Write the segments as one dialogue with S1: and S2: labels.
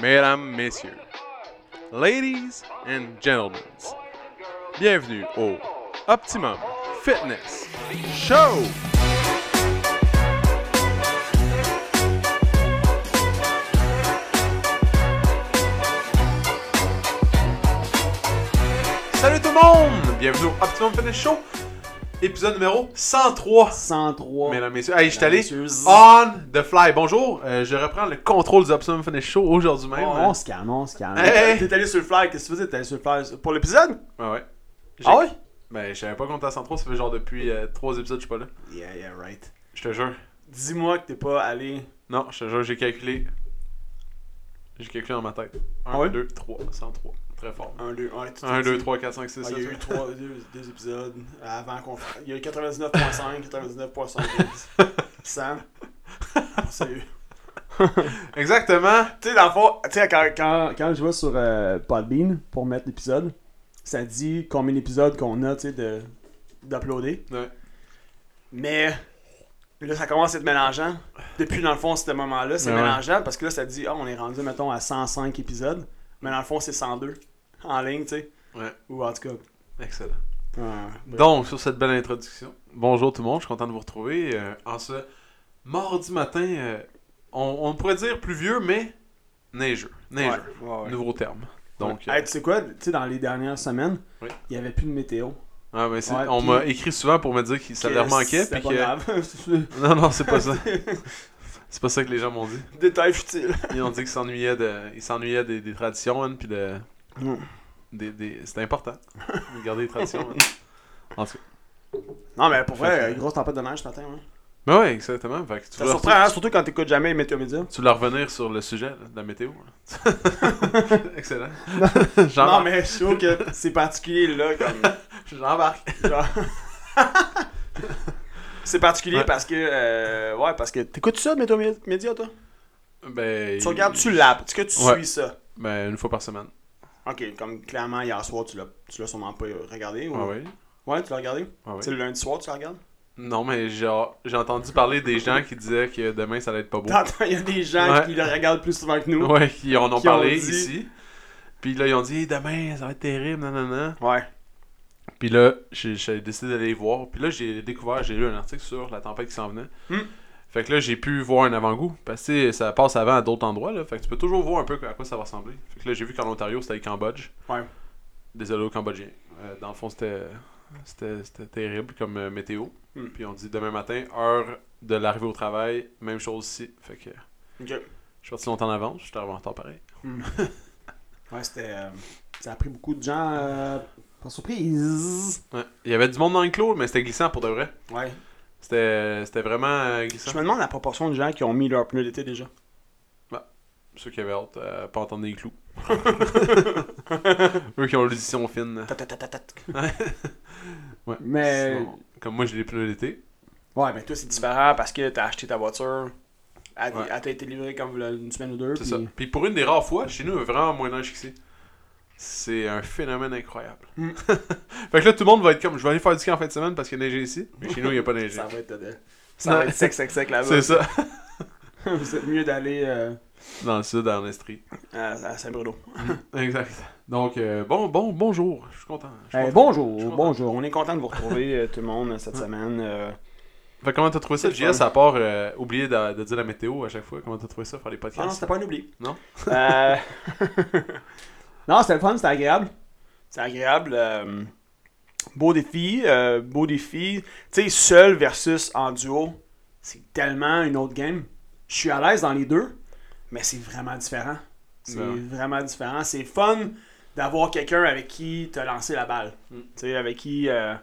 S1: mesdames, messieurs, ladies and gentlemen, bienvenue au Optimum Fitness Show! Salut tout le monde! Bienvenue au Optimum Fitness Show, épisode numéro 103.
S2: 103.
S1: Mesdames, messieurs, hey, je suis allé
S2: Messieurs.
S1: on the fly. Bonjour, euh, je reprends le contrôle du Optimum Finish Show aujourd'hui
S2: Oh,
S1: même.
S2: on se calme, on se calme.
S1: Hey!
S2: T'es allé sur le fly, qu'est-ce que tu faisais? T'es allé sur le fly pour l'épisode?
S1: Ouais, ouais. J'ai-
S2: Ah ouais?
S1: Ben, je savais pas qu'on était à 103, ça fait genre depuis 3 épisodes que je suis pas là.
S2: Yeah, yeah, right.
S1: Je te jure.
S2: Dis-moi que t'es pas allé.
S1: Non, je te jure, j'ai calculé. J'ai calculé dans ma tête. 1,
S2: Ah ouais? Ah,
S1: 2, 3, 103. Très fort.
S2: 1, 2, 1, tout
S1: 1, 2, 3, 4, 5, 6,
S2: Il
S1: 7.
S2: y a eu 3, 2, épisodes avant qu'on. Il y a eu 99.5, 99.5, 100. Sérieux.
S1: Exactement.
S2: Tu sais, dans le fond, tu sais, quand, quand, quand je vais sur euh, Podbean pour mettre l'épisode, ça dit combien d'épisodes qu'on a, tu sais, de- d'uploader.
S1: Ouais.
S2: Mais là, ça commence à être mélangeant. Depuis, dans le fond, ce moment-là, c'est
S1: Ouais, ouais.
S2: mélangeant parce que là, ça dit, ah, on est rendu, mettons, à 105 épisodes. Mais dans le fond, c'est 102 en ligne, tu sais.
S1: Ouais.
S2: Ou en tout cas.
S1: Excellent.
S2: euh,
S1: Donc, sur cette belle introduction, bonjour tout le monde, je suis content de vous retrouver euh, en ce mardi matin. euh, on, on pourrait dire pluvieux, mais neigeux.
S2: ouais,
S1: Neigeux.
S2: ouais, ouais.
S1: Nouveau terme. Donc, euh,
S2: Hey, tu sais quoi, tu sais, dans les dernières semaines, il
S1: Oui.
S2: n'y avait plus de météo.
S1: euh, ouais, mais c'est-
S2: ouais,
S1: on
S2: puis-
S1: m'a écrit souvent pour me dire que ça leur manquait.
S2: C'était
S1: Puis
S2: pas
S1: que...
S2: grave.
S1: Non, non, c'est pas ça. c'est pas ça que les gens m'ont dit.
S2: Détail futile.
S1: Ils ont dit qu'ils s'ennuyaient de... ils s'ennuyaient des, des traditions, hein, puis de...
S2: Mm.
S1: des, des... c'est important de garder les traditions. hein. En tout cas.
S2: Non, mais pour
S1: Fait
S2: vrai,
S1: que-
S2: euh, grosse tempête de neige ce matin. hein.
S1: Mais ouais, exactement. Fait que tu
S2: Ça
S1: voulais-
S2: surprend, hein, surtout quand t'écoutes jamais les météo médias.
S1: Tu voulais revenir sur le sujet là, de la météo. là. Excellent.
S2: Non,
S1: J'embarque.
S2: mais je trouve que c'est particulier, là, comme...
S1: J'embarque.
S2: genre- c'est particulier
S1: Ouais.
S2: parce que... euh, ouais, parce que... T'écoutes ça, météo médias, toi?
S1: Ben,
S2: Tu regardes, tu l'app. Est-ce que tu
S1: Ouais.
S2: suis ça?
S1: Ben, une fois par semaine.
S2: OK, comme clairement, hier soir, tu l'as tu l'as sûrement pas regardé. Ou...
S1: Ah ouais.
S2: Ouais, tu l'as regardé?
S1: Ah ouais.
S2: C'est le lundi soir, tu la regardes?
S1: Non, mais genre, j'ai entendu parler des gens qui disaient que demain ça allait être pas beau.
S2: T'entends, il y a des gens
S1: Ouais.
S2: qui le regardent plus souvent que nous.
S1: Ouais, qui en ont
S2: Qui ont
S1: parlé
S2: dit-
S1: ici. Puis là, ils ont dit, Hey, demain ça va être terrible, nanana.
S2: Ouais.
S1: Puis là, j'ai j'ai décidé d'aller voir. Puis là, j'ai découvert, j'ai lu un article sur la tempête qui s'en venait.
S2: Hmm.
S1: Fait que là, j'ai pu voir un avant-goût. Parce que tu sais, ça passe avant à d'autres endroits. Là. Fait que tu peux toujours voir un peu à quoi ça va ressembler. Fait que là, j'ai vu qu'en Ontario, c'était le Cambodge.
S2: Ouais.
S1: Désolé aux Cambodgiens. Euh, dans le fond, c'était c'était- c'était terrible comme euh, météo.
S2: Hmm.
S1: Puis on dit demain matin, heure de l'arrivée au travail, même chose ici. Fait que
S2: OK.
S1: je suis parti longtemps en avance, je suis arrivé en retard pareil.
S2: Ouais, c'était... euh, ça a pris beaucoup de gens euh, par surprise.
S1: Ouais. Il y avait du monde dans le clos, mais c'était glissant pour de vrai.
S2: Ouais.
S1: C'était c'était vraiment euh, glissant.
S2: Je me demande la proportion de gens qui ont mis leur pneu d'été déjà.
S1: Ceux qui avaient hâte, euh, pas entendre les clous. Eux qui ont l'audition fine.
S2: Ta, ta, ta, ta, ta.
S1: Ouais.
S2: Mais-
S1: Sinon, comme moi, j'ai les pneus d'été.
S2: Ouais, mais toi, c'est différent parce que t'as acheté ta voiture, elle,
S1: Ouais.
S2: elle t'a été livrée comme voilà, une semaine ou deux.
S1: C'est
S2: puis-
S1: ça. Puis pour une des rares fois, chez nous, il y a vraiment moins neige qu'ici. C'est un phénomène incroyable.
S2: Mm.
S1: fait que là, tout le monde va être comme, je vais aller faire du ski en fin de semaine parce qu'il a neigé ici. Mais chez nous, il n'y a pas neigé.
S2: Ça va être, euh, ça va être sec, sec, sec là-bas.
S1: C'est ça.
S2: Vous êtes mieux d'aller euh,
S1: Dans le sud, en Estrie.
S2: à, à Saint-Bruno.
S1: Exact. Donc, euh, bon, bon, bonjour. Je suis content. Je suis
S2: Eh,
S1: content. Je suis
S2: bonjour,
S1: content.
S2: bonjour. On est content de vous retrouver euh, tout le monde cette semaine. euh.
S1: Fait que comment t'as trouvé ça,
S2: C'est
S1: JS,
S2: fun.
S1: à part euh, oublier de, de dire la météo à chaque fois? Comment t'as trouvé ça, faire les
S2: Ah non,
S1: podcasts?
S2: c'était pas un oubli.
S1: Non?
S2: Euh, non, c'était le fun, c'était agréable. C'était agréable. euh, Beau défi, euh, beau défi. Tu sais, seul versus en duo, c'est tellement une autre game. Je suis à l'aise dans les deux, mais c'est vraiment différent. C'est
S1: Ben ouais.
S2: vraiment différent. C'est fun d'avoir quelqu'un avec qui te lancer la balle.
S1: Mm.
S2: Tu sais, avec qui, euh, euh,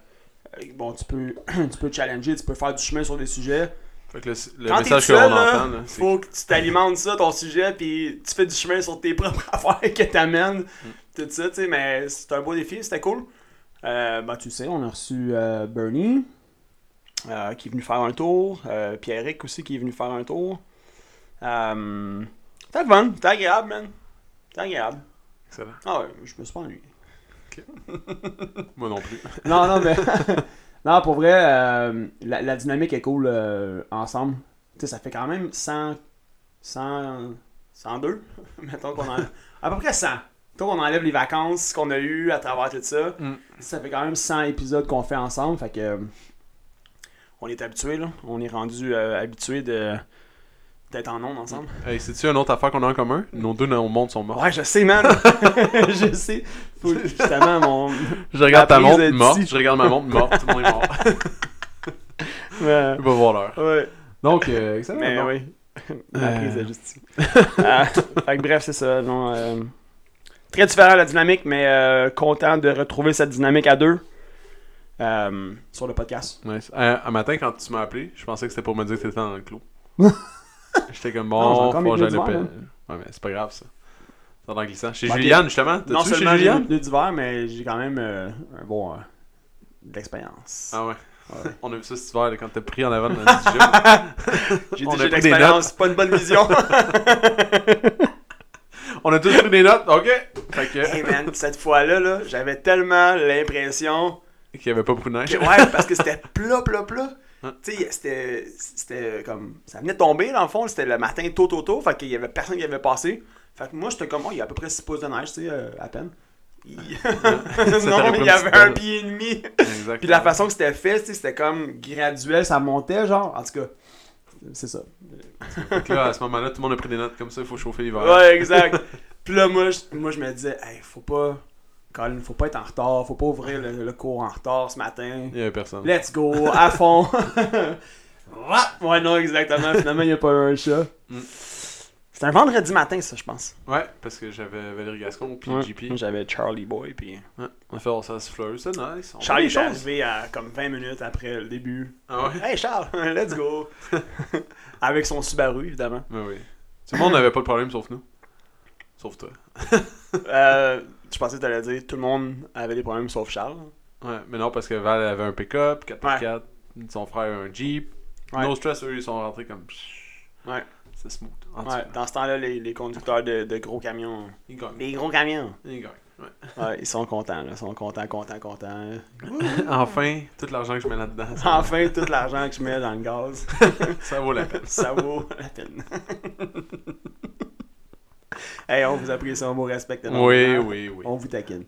S2: bon, tu peux, tu peux challenger, tu peux faire du chemin sur des sujets.
S1: Fait que le, le
S2: Quand t'es
S1: message
S2: tout
S1: qu'on
S2: seul,
S1: entend,
S2: là,
S1: là, c'est
S2: faut que tu t'alimentes ça, ton sujet, puis tu fais du chemin sur tes propres affaires que t'amènes. Tout ça, tu sais, mais c'est un beau défi, c'était cool. Euh, ben, tu sais, on a reçu euh, Bernie, euh, qui est venu faire un tour. Euh, Pierrick aussi, qui est venu faire un tour. Euh, C'était le fun, c'était agréable, man. C'était agréable.
S1: excellent.
S2: Ah ouais, je me suis pas ennuyé.
S1: Moi non plus.
S2: Non, non, mais. non, pour vrai, euh, la, la dynamique est cool euh, ensemble. Tu sais, ça fait quand même 100. 100. 102, mettons qu'on en... à peu près 100. Mettons qu'on enlève les vacances qu'on a eues à travers tout ça.
S1: Mm.
S2: Ça fait quand même 100 épisodes qu'on fait ensemble, fait que... euh, On est habitué, là. On est rendu habitué de... d'être en ondes ensemble.
S1: Hey, c'est-tu une autre affaire qu'on a en commun? Nos deux nos montres sont mortes.
S2: Ouais, je sais, man. je sais. Faut- justement, mon.
S1: Je regarde ta
S2: prise
S1: montre
S2: est
S1: morte,
S2: ici.
S1: je regarde ma montre morte, tout le monde est mort.
S2: Euh,
S1: Je vais voir l'heure.
S2: ouais.
S1: Donc, euh, excellent.
S2: Mais
S1: Donc,
S2: oui. La
S1: Euh.
S2: prise est juste ici. Ah, fait que bref, c'est ça. non, euh, très différent la dynamique, mais euh, content de retrouver cette dynamique à deux euh, sur le podcast.
S1: nice. Euh, un matin, quand tu m'as appelé, je pensais que c'était pour me dire que t'étais dans le clos. J'étais comme
S2: Non, j'ai
S1: bon,
S2: encore
S1: faut
S2: mes
S1: que j'aille
S2: bleus
S1: le
S2: d'hiver,
S1: payer. Ouais, mais c'est pas grave ça. C'est dans le glissant. Chez
S2: Bah, ok.
S1: Juliane, justement.
S2: Non
S1: T'as-tu
S2: seulement
S1: chez
S2: j'ai
S1: Juliane?
S2: deux d'hiver, mais j'ai quand même euh, un bon. euh, de l'expérience.
S1: Ah ouais.
S2: Ouais.
S1: On a vu ça cet hiver, là, quand t'as pris en avant de notre gym.
S2: J'ai
S1: on
S2: dit
S1: a pris
S2: j'ai de
S1: des
S2: l'expérience, pas une bonne vision.
S1: On a tous pris des notes, ok? Fait que.
S2: hey man, cette fois-là, là, j'avais tellement l'impression
S1: Qu'il y avait pas beaucoup de neige.
S2: Que- ouais, parce que c'était plat, plat, plat.
S1: Hein.
S2: Tu sais, c'était c'était comme. Ça venait de tomber, dans le fond. C'était le matin tôt, tôt, tôt. Fait qu'il y avait personne qui avait passé. Fait que moi, j'étais comme, oh, il y a à peu près 6 pouces de neige, tu sais, euh, à peine. Il- non,
S1: t'aurait
S2: il
S1: pris
S2: y
S1: un
S2: avait
S1: petit
S2: un
S1: peu.
S2: pied et demi.
S1: Exact.
S2: Puis la façon que c'était fait, tu sais, c'était comme graduel, ça montait, genre. En tout cas, c'est ça.
S1: Fait que là, à ce moment-là, tout le monde a pris des notes comme ça, il faut chauffer l'hiver.
S2: Ouais, exact. Puis là, moi, je, moi, je me disais, hey, faut pas. Colin, faut pas être en retard, faut pas ouvrir le, le cours en retard ce matin.
S1: Il y avait personne.
S2: Let's go, à fond. Rap. ouais, non, exactement. Finalement, il n'y a pas eu un chat.
S1: Mm.
S2: C'était un vendredi matin, ça, je pense.
S1: Ouais, parce que j'avais Valérie Gascon puis JP.
S2: J'avais Charlie Boy, puis...
S1: Ouais. On a fait on s'en souffleuse, c'est nice. On fait
S2: Charlie
S1: des
S2: est arrivé à comme 20 minutes après le début.
S1: Ah ouais?
S2: Hey, Charles, let's go. Avec son Subaru, évidemment.
S1: Mais oui. Tout le monde n'avait pas de problème sauf nous. Sauf toi.
S2: Euh, je pensais que t'allais dire tout le monde avait des problèmes sauf Charles.
S1: Ouais, mais non, parce que Val avait un pick-up, 4x4, son frère un Jeep.
S2: Ouais.
S1: No stress, eux, ils sont rentrés comme.
S2: Ouais.
S1: C'est smooth. En
S2: Ouais,
S1: dessous.
S2: dans ce temps-là, les, les conducteurs de, de gros camions...
S1: Ils gagnent.
S2: Les gros camions!
S1: Ils gagnent. Ouais.
S2: Ouais, ils sont contents, là. Ils sont contents, contents, contents.
S1: Enfin, tout l'argent que je mets là-dedans, ça,
S2: Enfin, tout l'argent que je mets dans le gaz...
S1: ça vaut la peine.
S2: Ça vaut la peine. hey, on vous apprécie, on vous respecte.
S1: Oui,
S2: énormément.
S1: oui, oui.
S2: On vous taquine.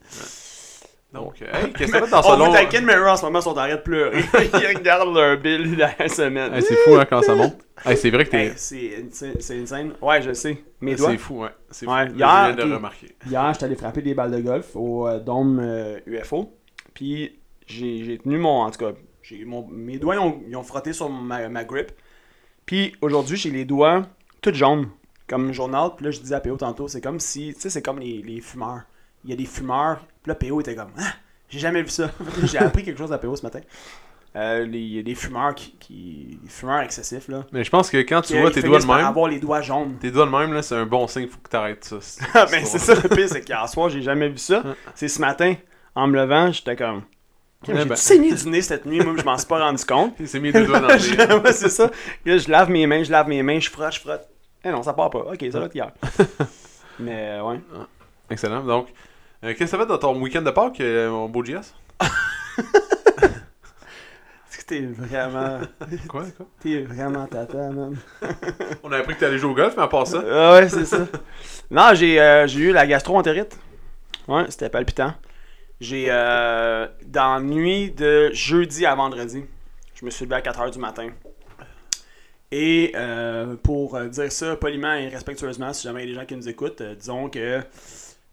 S1: Donc, euh, hey, qu'est-ce que
S2: Mais
S1: t'as fait dans
S2: on
S1: ce long.
S2: vous taquine, mais eux, en ce moment, sont en train de pleurer. Ils regardent leur bill de la semaine.
S1: Hey, c'est fou hein, quand ça monte. Hey, c'est vrai que t'es.
S2: Hey, c'est insane- c'est insane. Ouais, je sais. Mes doigts.
S1: c'est fou, ouais. C'est fou.
S2: Ouais,
S1: Là,
S2: hier,
S1: je viens de
S2: ok.
S1: remarquer.
S2: Hier, j'étais allé frapper des balles de golf au euh, dôme euh, UFO. Puis j'ai j'ai tenu mon. En tout cas, j'ai- mon- mes doigts ils ont, ils ont frotté sur ma, ma grip. Puis aujourd'hui, j'ai les doigts toutes jaunes, comme journal. Puis là, je disais à PO tantôt, c'est comme si. Tu sais, c'est comme les, les fumeurs. Il y a des fumeurs. Puis là, PO était comme. Ah, j'ai jamais vu ça. j'ai appris quelque chose à PO ce matin. Euh, les- Il y a des fumeurs qui, qui- des fumeurs excessifs, là.
S1: Mais je pense que quand tu
S2: qui-
S1: vois
S2: qui
S1: tes doigts
S2: finissent
S1: de
S2: par
S1: même,
S2: avoir les doigts jaunes.
S1: tes doigts de même, là, c'est un bon signe, faut que t'arrêtes ça.
S2: Ah, ben, c'est Ah. ça le pire, c'est qu'hier soir, j'ai jamais vu ça.
S1: Hein.
S2: C'est ce matin, en me levant, j'étais comme.
S1: Eh
S2: J'ai
S1: ben.
S2: saigné du nez cette nuit, moi, je m'en suis pas rendu compte.
S1: Il s'est mis les deux doigts dans
S2: Là,
S1: le nez.
S2: je- ouais, c'est ça. Là, je lave mes mains, je lave mes mains, je frotte, je frotte. Eh non, ça part pas. Ok, ça va être hier. Mais euh, ouais.
S1: Excellent. Donc, euh, qu'est-ce que ça fait dans ton week-end de Pâques, euh, mon beau JS
S2: Est-ce que t'es vraiment.
S1: Quoi, quoi
S2: T'es vraiment tata, man.
S1: On a appris que t'allais jouer au golf, mais à part ça.
S2: Ah ouais, c'est ça. Non, j'ai euh, j'ai eu la gastro-entérite. Ouais, c'était palpitant. J'ai, euh, dans la nuit de jeudi à vendredi, je me suis levé à 4h du matin. Et euh, pour euh, dire ça poliment et respectueusement, si jamais il y a des gens qui nous écoutent, euh, disons que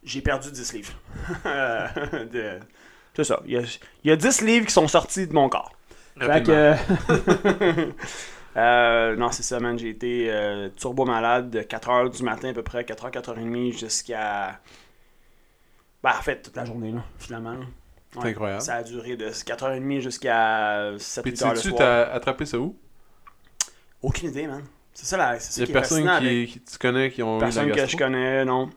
S2: j'ai perdu 10 livres. Euh, de- C'est ça. Il y, a, il y a 10 livres qui sont sortis de mon corps. Fait euh,
S1: Rapidement.
S2: que- Euh, non, c'est ça, man. J'ai été euh, turbo malade de 4h du matin à peu près, 4h, 4h30 jusqu'à. Bah, en fait, toute la journée, là, finalement. là.
S1: C'est
S2: Ouais.
S1: incroyable.
S2: Ça a duré de 4h30 jusqu'à 7h
S1: Puis
S2: le
S1: tu
S2: soir.
S1: sais-tu, t'as attrapé ça où
S2: Aucune idée, man. C'est ça, la... c'est
S1: Il y
S2: ça
S1: a
S2: qui est
S1: personne
S2: fascinant. avec-
S1: qui, qui tu connais qui ont eu la
S2: Personne que je
S1: gastro.
S2: connais, non.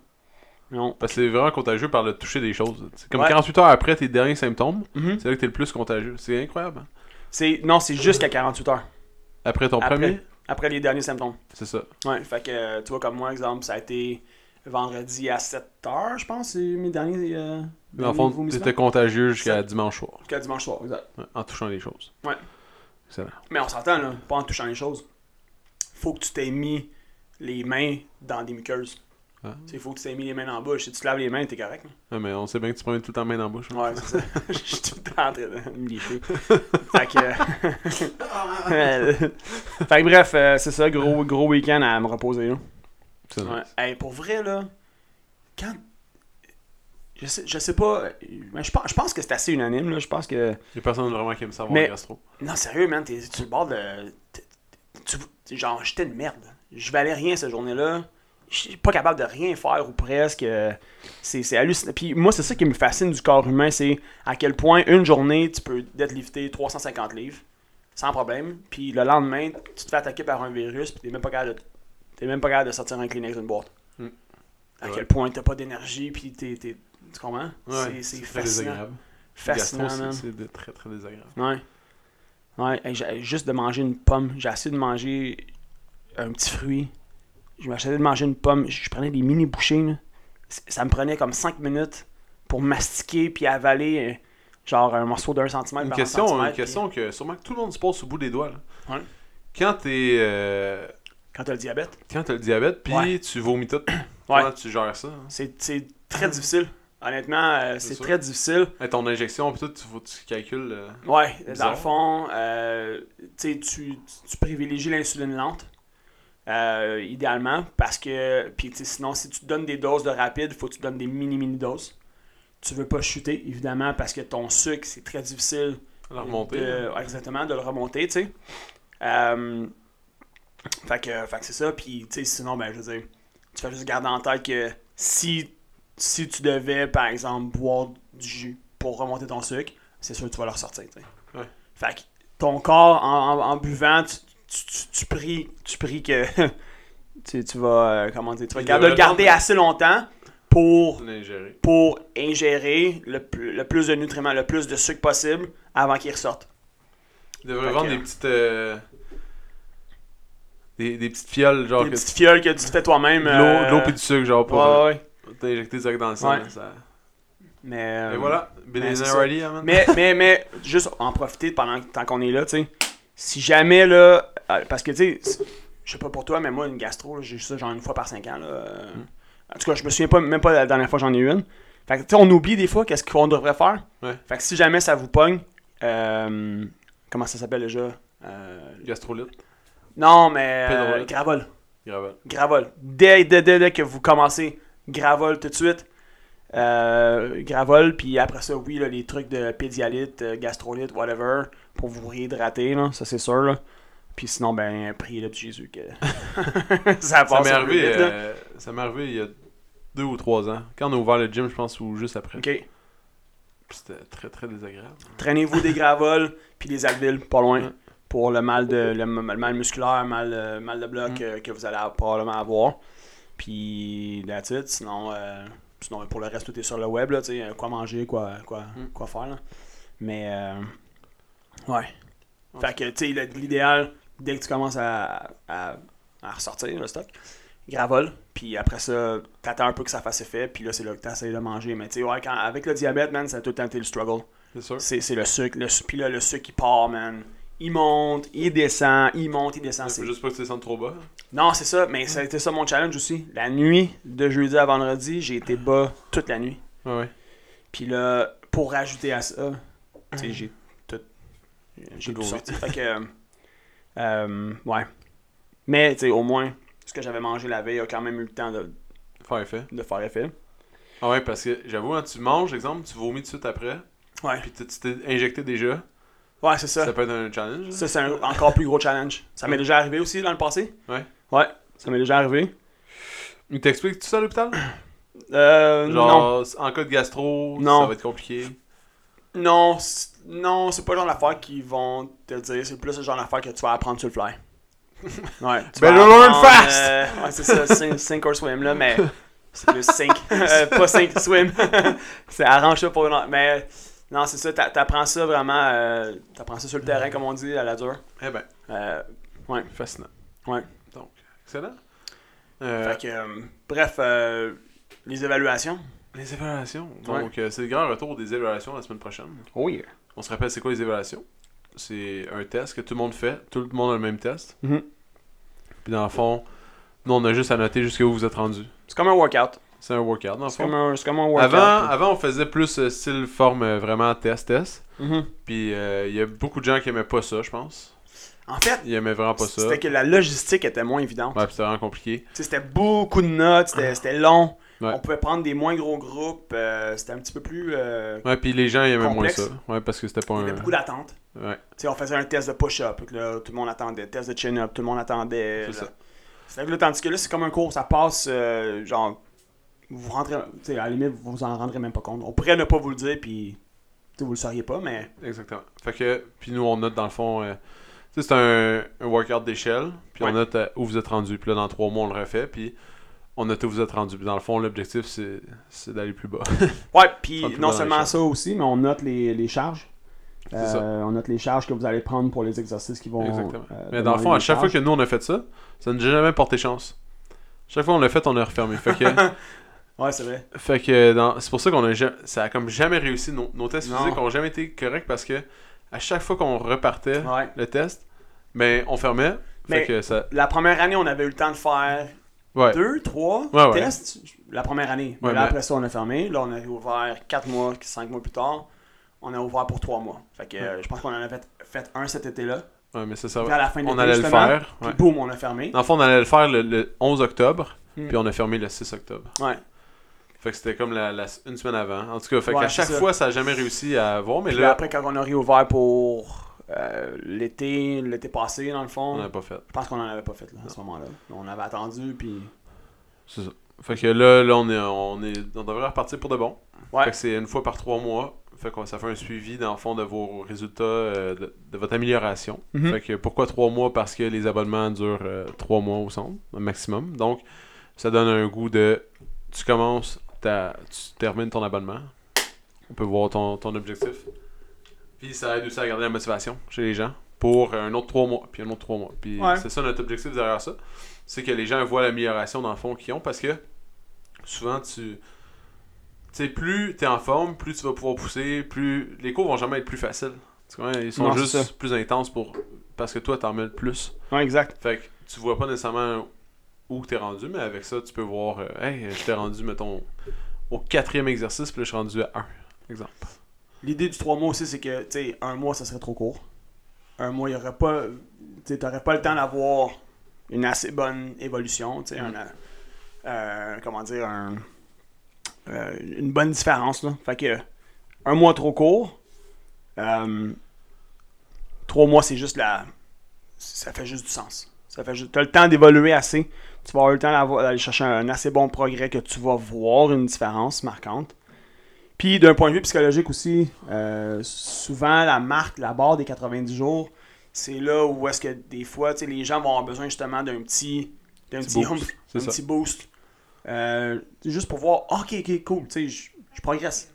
S2: Non.
S1: Parce que c'est vraiment contagieux par le toucher des choses. C'est comme
S2: Ouais.
S1: 48 heures après tes derniers symptômes,
S2: Mhm.
S1: c'est là que t'es le plus contagieux. C'est incroyable. hein.
S2: C'est... Non, c'est jusqu'à 48 heures.
S1: Après ton
S2: Après.
S1: premier,
S2: Après les derniers symptômes.
S1: c'est ça.
S2: Ouais, fait que euh, tu vois, comme moi, exemple, ça a été vendredi à 7h, je pense, c'est mes derniers. Euh,
S1: Dans le
S2: derniers
S1: fond,
S2: vomissements.
S1: t'étais contagieux jusqu'à
S2: Ça-
S1: dimanche soir,
S2: Jusqu'à dimanche soir, exact.
S1: ouais, en touchant les choses.
S2: Ouais.
S1: Excellent.
S2: Mais on s'entend, là, pas en touchant les choses. Faut que tu t'aies mis les mains dans des muqueuses.
S1: Ah.
S2: Tu sais, Il faut que tu t'aies mis les mains dans la bouche. Si tu te laves les mains, t'es correct. hein.
S1: Ah, mais on sait bien que tu prends tout le temps main dans la bouche. hein.
S2: Ouais, c'est ça. Je suis tout le temps en train de me licher. fait que. euh, fait que bref, euh, c'est ça, gros, gros week-end à me reposer. Là.
S1: C'est
S2: Ouais.
S1: nice.
S2: Hey, pour vrai, là, quand. Je sais, je sais pas. euh, mais Je pense, je pense que c'est assez unanime, là. Je pense que.
S1: Il y a personne vraiment qui aime savoir
S2: Mais-
S1: le gastro.
S2: Non, sérieux, man, t'es sur le bord de. t'es- t'es- tu- genre, j'étais une merde. Je valais rien cette journée-là. Je suis pas capable de rien faire ou presque. Euh, C'est c'est hallucinant. Puis moi, c'est ça qui me fascine du corps humain c'est à quel point une journée, tu peux être lifté 350 livres sans problème. Puis le lendemain, tu te fais attaquer par un virus. Puis t'es même pas capable de, t'es même pas capable de sortir un Kleenex d'une boîte.
S1: Mm.
S2: À
S1: Ouais.
S2: quel point t'as pas d'énergie. Puis t'es. t'es- Tu comprends?
S1: Ouais,
S2: C'est- c'est
S1: très
S2: fascinant.
S1: désagréable. Le
S2: Fascinant,
S1: gastro, c'est-
S2: man.
S1: c'est de- très très désagréable.
S2: Ouais. Ouais, hey, j'ai- juste de manger une pomme. J'ai essayé de manger un petit fruit. Je m'essayais de manger une pomme. Je je prenais des mini bouchées. là. C- Ça me prenait comme 5 minutes pour mastiquer puis avaler euh, genre un morceau d'un centimètre
S1: Une
S2: par
S1: question, hein,
S2: un centimètre.
S1: une question que sûrement que tout le monde se pose sous le bout des doigts. là.
S2: Ouais.
S1: Quand t'es euh,
S2: puis Quand t'as le diabète,
S1: quand t'as le diabète, puis
S2: Ouais.
S1: tu vomis tout, comment tu gères ça hein?
S2: c'est c'est très difficile. Honnêtement, euh,
S1: C'est
S2: c'est
S1: sûr.
S2: très difficile.
S1: Hey, Ton injection, puis tout, tu, faut, que tu calcules. euh,
S2: Ouais, dans
S1: Bizarre.
S2: le fond, euh, tu, sais, tu, tu privilégies l'insuline lente, euh, idéalement, parce que puis, tu sais, sinon, si tu te donnes des doses de rapide, il faut que tu te donnes des mini-mini-doses. Tu veux pas chuter, évidemment, parce que ton sucre, c'est très difficile
S1: la remontée. là.
S2: de- ouais, exactement, de le remonter, tu sais. Euh, fait que, fait que c'est ça. Puis, tu sais, sinon, ben, je veux dire, tu fais juste garder en tête que si, si tu devais, par exemple, boire du jus pour remonter ton sucre, c'est sûr que tu vas le ressortir, tu sais.
S1: Ouais.
S2: Fait que ton corps, en, en- en buvant, tu, tu, tu- tu pries, tu pries que tu, tu vas, euh, comment dire, tu vas
S1: Il
S2: garder- le
S1: devrait
S2: garder
S1: prendre-
S2: assez longtemps pour
S1: de l'ingérer.
S2: pour ingérer le, plus- le plus de nutriments, le plus de sucre possible avant qu'il ressorte.
S1: Ils devraient
S2: Fait
S1: vendre
S2: que-
S1: des petites. euh, des, des petites fioles, genre.
S2: Des
S1: que
S2: petites fioles que tu te fais toi-même.
S1: tu- de
S2: euh,
S1: l'eau- de l'eau puis du sucre, genre, pour
S2: ouais,
S1: euh,
S2: ouais.
S1: t'injecter direct dans le sang.
S2: Ouais.
S1: là, ça-
S2: Mais,
S1: Et
S2: euh,
S1: voilà, Bill
S2: ben,
S1: and
S2: c'est ça.
S1: Reilly, hein, man.
S2: mais, mais, mais, juste en profiter pendant tant qu'on est là, tu sais. Si jamais, là, euh, parce que, tu sais, c'est- je sais pas pour toi, mais moi, une gastro, là, j'ai ça genre une fois par cinq ans, là. euh, En tout cas, je me souviens pas, même pas la dernière fois que j'en ai eu une. Fait que, tu sais, on oublie des fois qu'est-ce qu'on devrait faire.
S1: Ouais.
S2: Fait que si jamais ça vous pogne, euh, comment ça s'appelle déjà Euh,
S1: Gastrolite,
S2: Non, mais. euh,
S1: Pédrolite.
S2: Gravol.
S1: grave.
S2: Gravol. Dès, dès, dès, dès que vous commencez, Gravol tout de suite. Euh, gravol, puis après ça, oui, là, les trucs de pédialyte, euh, gastrolite, whatever, pour vous réhydrater, là, ça c'est sûr. Là. Puis sinon, ben, priez le petit Jésus que ça
S1: Ça
S2: passe.
S1: m'est
S2: au plus
S1: arrivé,
S2: vite, là.
S1: euh, ça m'est arrivé il y a deux ou trois ans. Quand on a ouvert le gym, je pense, ou juste après.
S2: Ok.
S1: Puis C'était très très désagréable.
S2: Traînez-vous des gravols, puis des Advil, pas loin,
S1: Ouais.
S2: pour le mal, de, le, m- le mal musculaire, mal, euh, mal de bloc
S1: Mm.
S2: euh, que vous allez a- probablement avoir. Puis, that's it. Sinon, euh, sinon, pour le reste, tout est sur le web, là, tu sais, euh, quoi manger, quoi, quoi,
S1: Mm.
S2: quoi faire. là. Mais, euh, ouais.
S1: Ouais.
S2: Fait que, tu sais, le- l'idéal, dès que tu commences à, à- à ressortir le stock, gravol, puis après ça, t'attends un peu que ça fasse effet, puis là, c'est là que t'essayes de manger. Mais, tu sais, ouais, quand- avec le diabète, man, ça a tout le temps été le struggle.
S1: C'est sûr.
S2: C'est, c'est le sucre. Le, su- puis là, le sucre, il part, man. Il monte, il descend, il monte, il descend.
S1: Faut
S2: c'est-
S1: juste pas que tu descendes trop bas.
S2: Non, c'est ça, mais ça a été ça mon challenge aussi. La nuit, de jeudi à vendredi, j'ai été bas toute la nuit.
S1: Ouais, ouais.
S2: Puis là, pour rajouter à ça, tu sais, j'ai tout.
S1: Tout
S2: J'ai tout
S1: gros.
S2: sorti. Fait que. euh, ouais. Mais, tu sais, au moins, ce que j'avais mangé la veille a quand même eu le temps de,
S1: Faire effet.
S2: de faire effet.
S1: Ah ouais, parce que j'avoue, quand tu manges, exemple, tu vomis tout de suite après,
S2: Ouais.
S1: puis tu tu t'es injecté déjà.
S2: Ouais, c'est ça.
S1: Ça peut être un challenge. hein. là.
S2: Ça, c'est un encore plus gros challenge. Ça m'est déjà arrivé aussi dans le passé.
S1: Ouais.
S2: Ouais, ça m'est déjà arrivé.
S1: Ils t'expliquent tout ça à l'hôpital
S2: Euh, non.
S1: Genre, en cas de gastro,
S2: Non.
S1: ça va être compliqué.
S2: Non, c'est- non, c'est pas le genre d'affaires qu'ils vont te dire. C'est plus le genre d'affaires que tu vas apprendre sur le fly. Ouais. tu vas
S1: Better Ben, learn
S2: apprendre,
S1: fast!
S2: euh, ouais, c'est ça, sink, sink or swim, là, mais c'est plus sink. euh, pas sink, swim. c'est arrange ça pour une. Mais non, c'est ça, t'a- t'apprends ça vraiment. euh, t'apprends ça sur le terrain, comme on dit, à la dure.
S1: Eh ben,
S2: Euh,
S1: fascinant.
S2: Ouais.
S1: Donc, excellent. Euh,
S2: Fait que, euh, bref, euh, les évaluations.
S1: les évaluations. Donc, euh, c'est le grand retour des évaluations la semaine prochaine.
S2: Oh yeah.
S1: On se rappelle, c'est quoi les évaluations C'est un test que tout le monde fait. Tout le monde a le même test.
S2: Mhm.
S1: Puis dans le fond, Nous, on a juste à noter jusqu'où vous vous êtes rendu.
S2: C'est comme un workout.
S1: C'est un workout, dans le
S2: C'est
S1: fond.
S2: comme un, c'est comme un workout.
S1: Avant, avant, on faisait plus euh, style forme euh, vraiment test-test.
S2: Mhm.
S1: Puis euh, il y a beaucoup de gens qui aimaient pas ça, je pense.
S2: En fait,
S1: Ils aimaient vraiment pas ça.
S2: c'était
S1: Ouais,
S2: que la logistique était moins évidente.
S1: puis c'était vraiment compliqué.
S2: Tu sais, C'était beaucoup de notes, c'était c'était long.
S1: Ouais.
S2: On pouvait prendre des moins gros groupes. euh, c'était un petit peu plus. euh,
S1: Ouais, puis les gens ils aimaient
S2: Complexe.
S1: moins ça. Ouais, parce que c'était pas
S2: il y avait
S1: un.
S2: beaucoup d'attentes.
S1: Ouais,
S2: Tu sais, on faisait un test de push-up, que là, tout le monde attendait. Test de chin-up, tout le monde attendait.
S1: c'est
S2: là.
S1: ça.
S2: C'est que là, tandis que là, c'est comme un cours, ça passe, euh, genre, vous rentrez, tu sais, à la limite, vous vous en rendrez même pas compte. On pourrait ne pas vous le dire, puis, tu sais, vous le sauriez pas, mais
S1: Exactement. Fait que, puis nous, on note dans le fond. euh, tu sais, c'est un, un workout d'échelle. Puis
S2: Ouais.
S1: on note euh, où vous êtes rendu. Puis là, dans trois mois, on le refait. Puis on note où vous êtes rendu. Puis dans le fond, l'objectif, c'est c'est d'aller plus bas.
S2: ouais, puis
S1: Ça va plus
S2: non
S1: dans les
S2: seulement
S1: charges.
S2: ça aussi, mais on note les, les charges. Euh,
S1: ça.
S2: On note les charges que vous allez prendre pour les exercices qui vont.
S1: Exactement.
S2: euh,
S1: Mais dans le
S2: demander
S1: fond, à
S2: des
S1: chaque fois
S2: charges.
S1: que nous, on a fait ça, ça ne nous a jamais porté chance. Chaque fois qu'on l'a fait, on a refermé. Fait que.
S2: Ouais, c'est vrai.
S1: Fait que dans- c'est pour ça qu'on a ja- ça a comme jamais réussi. Nos, nos tests
S2: Non.
S1: physiques ont jamais été corrects parce que à chaque fois qu'on repartait
S2: Ouais.
S1: le test, ben on fermait.
S2: Mais-
S1: Fait que ça.
S2: La première année, on avait eu le temps de faire
S1: Ouais.
S2: deux, trois
S1: Ouais, ouais.
S2: tests la première année.
S1: Ouais,
S2: Mais là,
S1: mais-
S2: après ça, on a fermé. Là, on a ouvert quatre mois, cinq mois plus tard. On a ouvert pour trois mois. Fait que euh, je pense qu'on en a fait, fait un cet été-là.
S1: Ah Ouais, mais ça, ça
S2: Puis à la fin de
S1: On
S2: l'été,
S1: allait le
S2: justement,
S1: faire.
S2: Puis
S1: ouais.
S2: boum, on a fermé.
S1: Dans le fond, on allait le faire le, le 11 octobre,
S2: Hmm.
S1: puis on a fermé le 6 octobre.
S2: Ouais.
S1: Fait que c'était comme la, la- une semaine avant. En tout cas, fait
S2: Ouais,
S1: qu'à
S2: c'est
S1: chaque
S2: ça.
S1: fois, ça a jamais réussi à voir, mais
S2: Puis
S1: là,
S2: après, quand on a réouvert pour euh, l'été, l'été passé, dans le
S1: on
S2: fond,
S1: n'a pas fait.
S2: je pense qu'on n'en avait pas fait là, à ce moment-là. On avait attendu, puis.
S1: C'est ça. Fait que là, là on, est, on, est, on devrait repartir pour de bon.
S2: Ouais.
S1: Fait que c'est une fois par trois mois. Fait que ça fait un suivi dans le fond de vos résultats, euh, de, de votre amélioration.
S2: Mhm.
S1: Fait que pourquoi trois mois Parce que les abonnements durent euh, trois mois au centre, au maximum. Donc, ça donne un goût de. Tu commences, ta- tu termines ton abonnement. On peut voir ton, ton objectif. Puis ça aide aussi à garder la motivation chez les gens pour un autre trois mois, puis un autre trois mois. Puis
S2: Ouais.
S1: c'est ça notre objectif derrière ça. C'est que les gens voient l'amélioration dans le fond qu'ils ont parce que souvent tu. Tu sais, plus tu es en forme, plus tu vas pouvoir pousser, plus. Les cours vont jamais être plus faciles. Tu comprends? Ils sont
S2: Non, c'est ça.
S1: juste plus intenses pour. Parce que toi, t'en mets le plus.
S2: Ouais, exact.
S1: Fait que tu vois pas nécessairement où t'es rendu, mais avec ça, tu peux voir. euh, hey, je t'ai rendu, mettons, au quatrième exercice, puis là, je suis rendu à 1. Exemple.
S2: L'idée du trois mois aussi, c'est que, tu sais, un mois, ça serait trop court. Un mois, il y aurait pas. Tu sais, t'aurais pas le temps d'avoir une assez bonne évolution, tu sais, un, euh, comment dire, un, euh, une bonne différence, là. Fait que, un mois trop court, euh, trois mois, c'est juste la. Ça fait juste du sens. Ça fait juste. T'as le temps d'évoluer assez. Tu vas avoir le temps d'avoir- d'aller chercher un assez bon progrès que tu vas voir une différence marquante. Puis d'un point de vue psychologique aussi, euh, souvent la marque, la barre des 90 jours, c'est là où est-ce que des fois, tu sais, les gens vont avoir besoin justement d'un petit, d'un
S1: Petit
S2: petit,
S1: boost,
S2: hum-
S1: c'est
S2: un
S1: ça.
S2: petit boost. Euh, juste pour voir, ok, ok, cool, tu sais, je je progresse.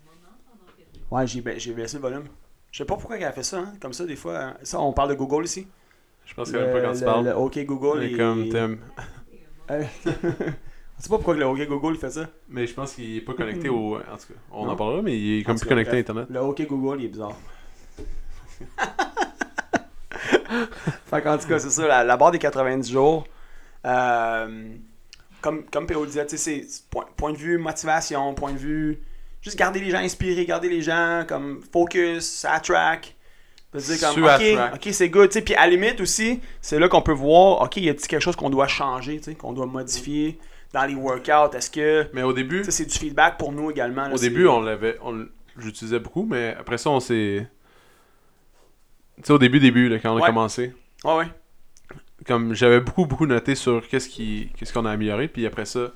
S2: Ouais, j'ai ba- j'ai baissé le volume. Je sais pas pourquoi elle a fait ça, hein, comme ça des fois. hein. Ça, on parle de Google ici.
S1: Je pense que même pas quand
S2: Le-
S1: tu parles.
S2: le OK Google.
S1: mais
S2: il-
S1: comme t'aimes.
S2: Euh, on sait pas pourquoi que le OK Google fait ça.
S1: Mais je pense qu'il est pas connecté au. En tout cas, on
S2: Hmm. Non.
S1: en parlera, mais il est comme
S2: En tout
S1: plus
S2: cas,
S1: connecté à
S2: bref.
S1: Internet.
S2: Le OK Google, il est bizarre. fait qu'en tout cas, c'est ça, la, la barre des 90 jours. euh, comme, comme PO disait, tu sais, c'est- c'est point, point de vue motivation, point de vue. Juste garder les gens inspirés, garder les gens comme focus, ça track. De se dire comme,
S1: Sur
S2: ok,
S1: attract.
S2: ok, c'est good. tu sais. Puis à la limite aussi, c'est là qu'on peut voir, ok, il y a quelque chose qu'on doit changer, tu sais, qu'on doit modifier dans les workouts. Est-ce que.
S1: Mais au début,
S2: Ça, c'est du feedback pour nous également. là,
S1: au
S2: Ah, c'est-
S1: début, on l'avait. On l- J'utilisais beaucoup, mais après ça, on s'est. Tu sais, au début, début, là, quand on
S2: Ouais.
S1: a commencé,
S2: Ouais, ouais.
S1: comme j'avais beaucoup beaucoup noté sur qu'est-ce qui qu'est-ce qu'on a amélioré puis après ça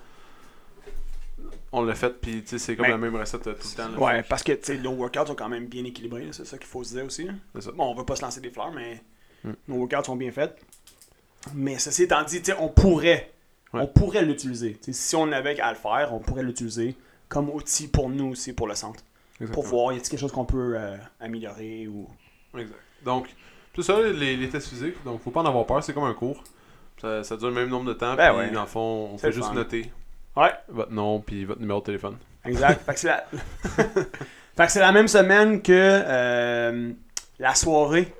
S1: on l'a fait puis tu sais c'est comme
S2: Ben,
S1: la même recette euh, tout le temps là.
S2: Ouais, parce que tu sais, nos workouts sont quand même bien équilibrés, là, c'est ça qu'il faut se dire aussi. là.
S1: C'est ça.
S2: Bon, on veut pas se lancer des fleurs, mais
S1: Mm.
S2: nos workouts sont bien faits. Mais ceci étant dit, tu sais, on pourrait,
S1: Ouais.
S2: on pourrait l'utiliser. Tu sais, si on avait à le faire, on pourrait l'utiliser comme outil pour nous aussi, pour le centre. Pour
S1: Exactement.
S2: voir, y a-t-il quelque chose qu'on peut euh, améliorer ou.
S1: Exact. donc tout ça les, les tests physiques donc faut pas en avoir peur c'est comme un cours ça, ça dure le même nombre de temps
S2: Ben
S1: puis
S2: ouais.
S1: dans le fond on
S2: C'est
S1: fait
S2: le
S1: juste
S2: fun.
S1: noter
S2: Ouais.
S1: votre nom puis votre numéro de téléphone
S2: Exact. fait que c'est la... fait que c'est la même semaine que euh, la soirée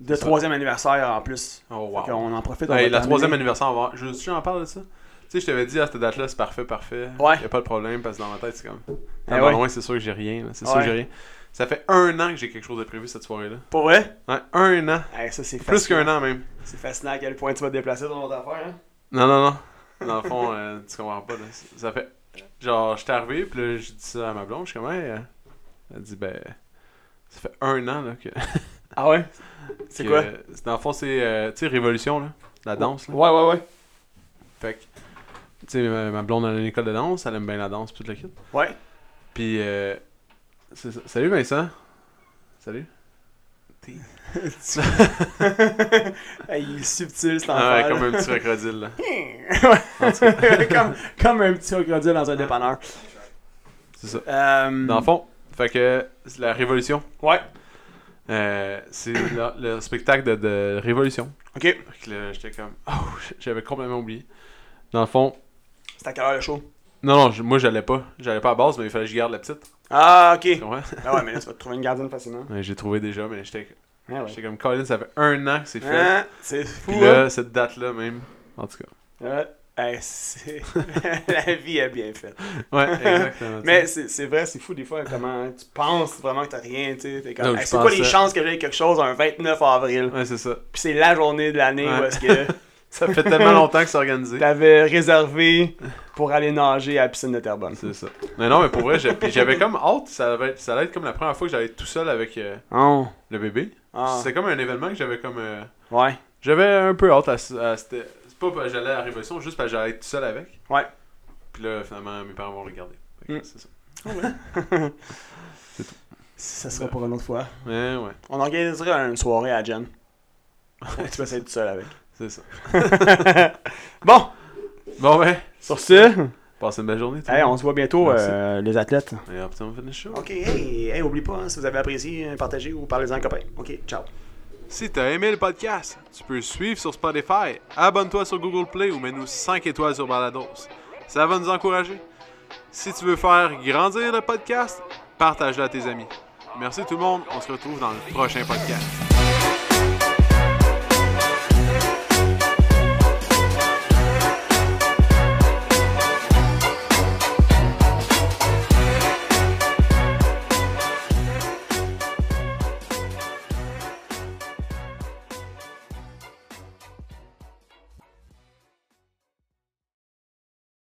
S2: de
S1: ça.
S2: troisième anniversaire en plus.
S1: oh
S2: Fait
S1: wow
S2: qu'on en profite. on
S1: Hey,
S2: va
S1: Ben, la
S2: terminer.
S1: troisième anniversaire on va... je, tu en parle de ça sais, je t'avais dit à cette date-là, c'est parfait, parfait.
S2: Ouais.
S1: Y a pas de problème parce que dans ma tête, c'est comme.
S2: Eh
S1: Ah, ben
S2: ouais.
S1: ouais, c'est sûr que j'ai rien. là. C'est sûr
S2: Ouais.
S1: que j'ai rien. Ça fait un an que j'ai quelque chose de prévu cette soirée-là.
S2: Pour vrai?
S1: Ouais, un an.
S2: Eh, ça, c'est
S1: Plus
S2: fascinant.
S1: qu'un an même.
S2: C'est fascinant à quel point tu vas te déplacer dans notre affaire. Hein?
S1: Non, non, non. Dans le fond, euh, tu comprends pas. Là. Ça fait. Genre, j'étais arrivé, puis là, j'ai dit ça à ma blonde. Je suis comme, hey, euh, Elle dit, ben. Ça fait un an, là, que.
S2: Ah ouais? C'est
S1: que-
S2: quoi?
S1: Dans le fond, c'est. euh, tu sais, Révolution, là. La danse, là.
S2: Ouais, ouais, ouais.
S1: Fait que. Tu sais, ma ma blonde, elle a une école de danse. Elle aime bien la danse, puis tout le kit.
S2: Ouais.
S1: Puis. euh, c'est ça. Salut, Vincent. Salut.
S2: Eh, il est subtil, cet
S1: Ah, ouais,
S2: enfant.
S1: comme un petit crocodile, là.
S2: Ouais. comme, comme un petit crocodile dans un dépanneur.
S1: C'est ça.
S2: Euh,
S1: Dans le fond, fait que. c'est La Révolution.
S2: Ouais.
S1: Euh, c'est la- le spectacle de, de Révolution.
S2: Ok.
S1: Fait que là, j'étais comme. Oh, j'avais complètement oublié. Dans le fond,
S2: C'est à quelle heure le show?
S1: non, non, je- moi, j'allais pas. J'allais pas à base, mais il fallait que je garde la petite.
S2: Ah,
S1: Tu
S2: ok.
S1: comprends?
S2: Ah ouais, mais là, tu vas te trouver une gardienne facilement.
S1: Ouais, J'ai trouvé déjà, mais j'étais
S2: Ah ouais.
S1: j'étais comme Colin, ça fait un an que c'est fait.
S2: Hein? C'est fou,
S1: Puis
S2: hein?
S1: là, cette date-là même. En tout cas.
S2: Ouais. Eh, c'est- La vie est bien faite.
S1: Ouais, exactement.
S2: Mais c'est c'est vrai, c'est fou des fois comment tu penses vraiment que t'as rien, tu sais. T'es comme,
S1: Non,
S2: Eh,
S1: je
S2: c'est quoi les
S1: pensais-
S2: chances que j'ai quelque chose un 29 avril?
S1: Ouais, c'est ça.
S2: Puis c'est la journée de l'année
S1: Ouais.
S2: où est-ce que
S1: Ça fait tellement longtemps que c'est organisé.
S2: t'avais réservé pour aller nager à la piscine de Terrebonne.
S1: C'est ça. Mais non, mais pour vrai, j'ai- puis j'avais comme hâte. Ça, allait être- ça allait être comme la première fois que j'allais être tout seul avec euh,
S2: Oh.
S1: le bébé.
S2: Ah.
S1: C'est comme un événement que j'avais comme. euh,
S2: Ouais.
S1: J'avais un peu hâte à, ce- à cette- C'est pas parce que j'allais à la Révolution, juste parce que j'allais être tout seul avec.
S2: Ouais.
S1: Puis là, finalement, mes parents vont regarder. Fait que
S2: Mm.
S1: C'est ça.
S2: Ça sera pour une autre fois.
S1: Ouais, ouais.
S2: On organiserait une soirée à Jen. tu vas être tout seul avec.
S1: C'est ça.
S2: bon,
S1: Bon, ben.
S2: sur ce,
S1: Passez une belle journée. tout le
S2: hey, on
S1: monde.
S2: se voit bientôt,
S1: Merci.
S2: euh, les athlètes.
S1: Et après, on finit le show.
S2: Ok, hey, hey, oublie pas, hein, si vous avez apprécié, hein, partagez ou parlez-en à un copain. Ok, ciao.
S1: Si t'as aimé le podcast, tu peux le suivre sur Spotify, abonne-toi sur Google Play ou mets-nous 5 étoiles sur Balados. Ça va nous encourager. Si tu veux faire grandir le podcast, partage-le à tes amis. Merci tout le monde, on se retrouve dans le prochain podcast.